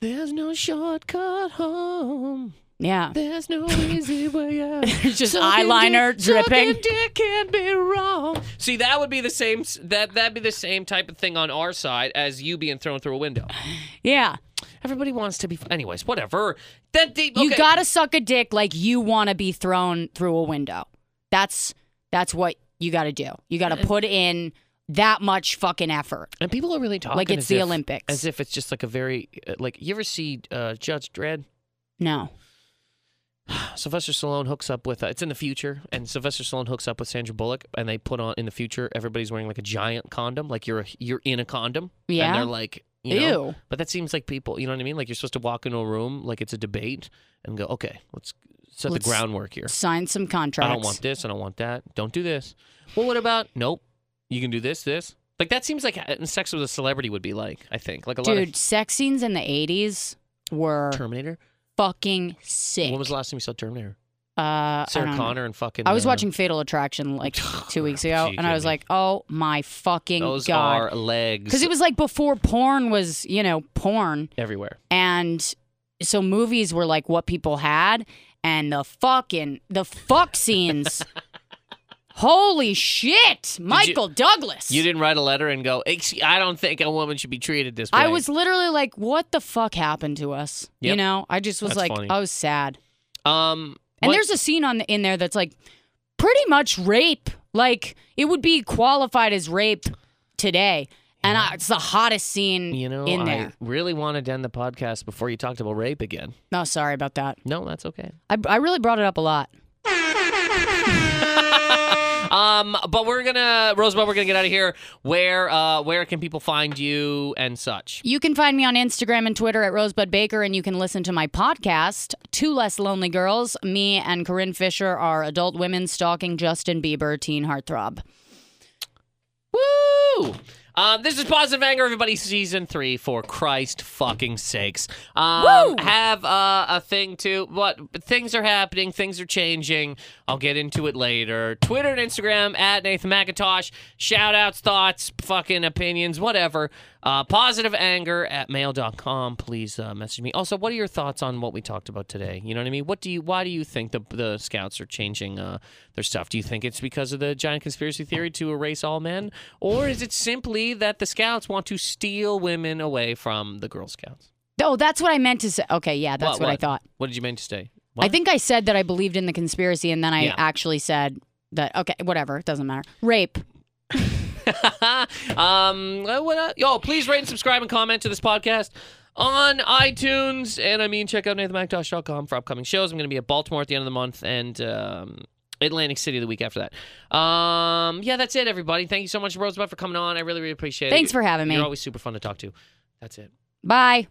B: There's no shortcut home.
A: Yeah,
B: There's no easy way out.
A: just eyeliner dripping.
B: can be wrong. See, that would be the same. s- That that'd be the same type of thing on our side as you being thrown through a window.
A: yeah.
B: Everybody wants to be. Anyways, whatever. That the,
A: You
B: okay.
A: gotta suck a dick like you want to be thrown through a window. That's that's what you gotta do. You gotta put in that much fucking effort.
B: And people are really talking
A: Like it's
B: as
A: the
B: if-
A: Olympics.
B: as if it's just like a very uh, like you ever see uh, Judge Dredd.
A: No.
B: Sylvester Stallone hooks up with uh, it's in the future, and Sylvester Stallone hooks up with Sandra Bullock, and they put on in the future everybody's wearing like a giant condom, like you're a, you're in a condom,
A: Yeah.
B: and they're like. You know,
A: Ew.
B: But that seems like people, you know what I mean? Like you're supposed to walk into a room like it's a debate and go, okay, let's set
A: Let's
B: the groundwork here.
A: Sign some
B: I
A: contracts.
B: don't want this. I don't want that. Don't do this. Well, what about? Nope. You can do this, this. Like that seems like uh, sex with a celebrity would be like. I think like a lot
A: Dude,
B: of
A: sex scenes in the 80s were
B: Terminator.
A: fucking sick.
B: When was the last time you saw Terminator?
A: uh, I
B: Sarah
A: don't know.
B: Connor and fucking.
A: I was
B: uh,
A: watching Fatal Attraction like two weeks
B: Are
A: ago,
B: you
A: and I was
B: kidding me?
A: like, "Oh my fucking
B: Those
A: god!"
B: are legs.
A: Because it was like before porn was, you know, porn,
B: everywhere.
A: and so movies were like what people had, and the fucking the fuck scenes Holy shit, Michael Douglas.
B: You didn't write a letter and go, "Ex- I don't think a woman should be treated this way.
A: I was literally like, what the fuck happened to us? You
B: Yep.
A: know, I just was
B: That's
A: like,
B: funny.
A: I was sad.
B: Um,
A: And
B: what-
A: there's a scene on the, in there that's like pretty much rape. Like it would be qualified as rape today. And I, it's the hottest scene
B: you know,
A: in
B: I
A: there.
B: really wanted to end the podcast before you talked about rape again.
A: No, Oh, sorry about that.
B: No, that's okay.
A: I, I really brought it up a lot.
B: Um, but we're gonna Rosebud, we're gonna get out of here. Where uh, where can people find you and such?
A: You can find me on Instagram and Twitter at Rosebud Baker, and you can listen to my podcast, Two Less Lonely Girls. Me and Corinne Fisher are adult women stalking Justin Bieber, teen heartthrob.
B: Woo! Um, this is Positive Anger, everybody, season three, for Christ fucking sakes. Um,
A: Woo!
B: Have uh, a thing to what things are happening, things are changing. I'll get into it later. Twitter and Instagram at Nathan McIntosh. Shout outs, thoughts, fucking opinions, whatever. Uh, positive anger at mail.com. Please uh, message me. Also, what are your thoughts on what we talked about today? You know what I mean? What do you, why do you think the, the scouts are changing uh, their stuff? Do you think it's because of the giant conspiracy theory to erase all men? Or is it simply that the scouts want to steal women away from the Girl Scouts?
A: Oh, that's what I meant to say. Okay, yeah, that's what, I thought.
B: What did you mean to say? What?
A: I think I said that I believed in the conspiracy, and then I
B: Yeah.
A: actually said that, okay, whatever, it doesn't matter. Rape.
B: um, uh, what, uh, yo, please rate and subscribe and comment to this podcast on iTunes. And I mean, check out NathanMcIntosh.com for upcoming shows. I'm going to be at Baltimore at the end of the month and um, Atlantic City the week after that. Um, yeah, that's it, everybody. Thank you so much, Rosebud, for coming on. I really, really appreciate it.
A: Thanks for having me.
B: You're always super fun to talk to. That's it.
A: Bye.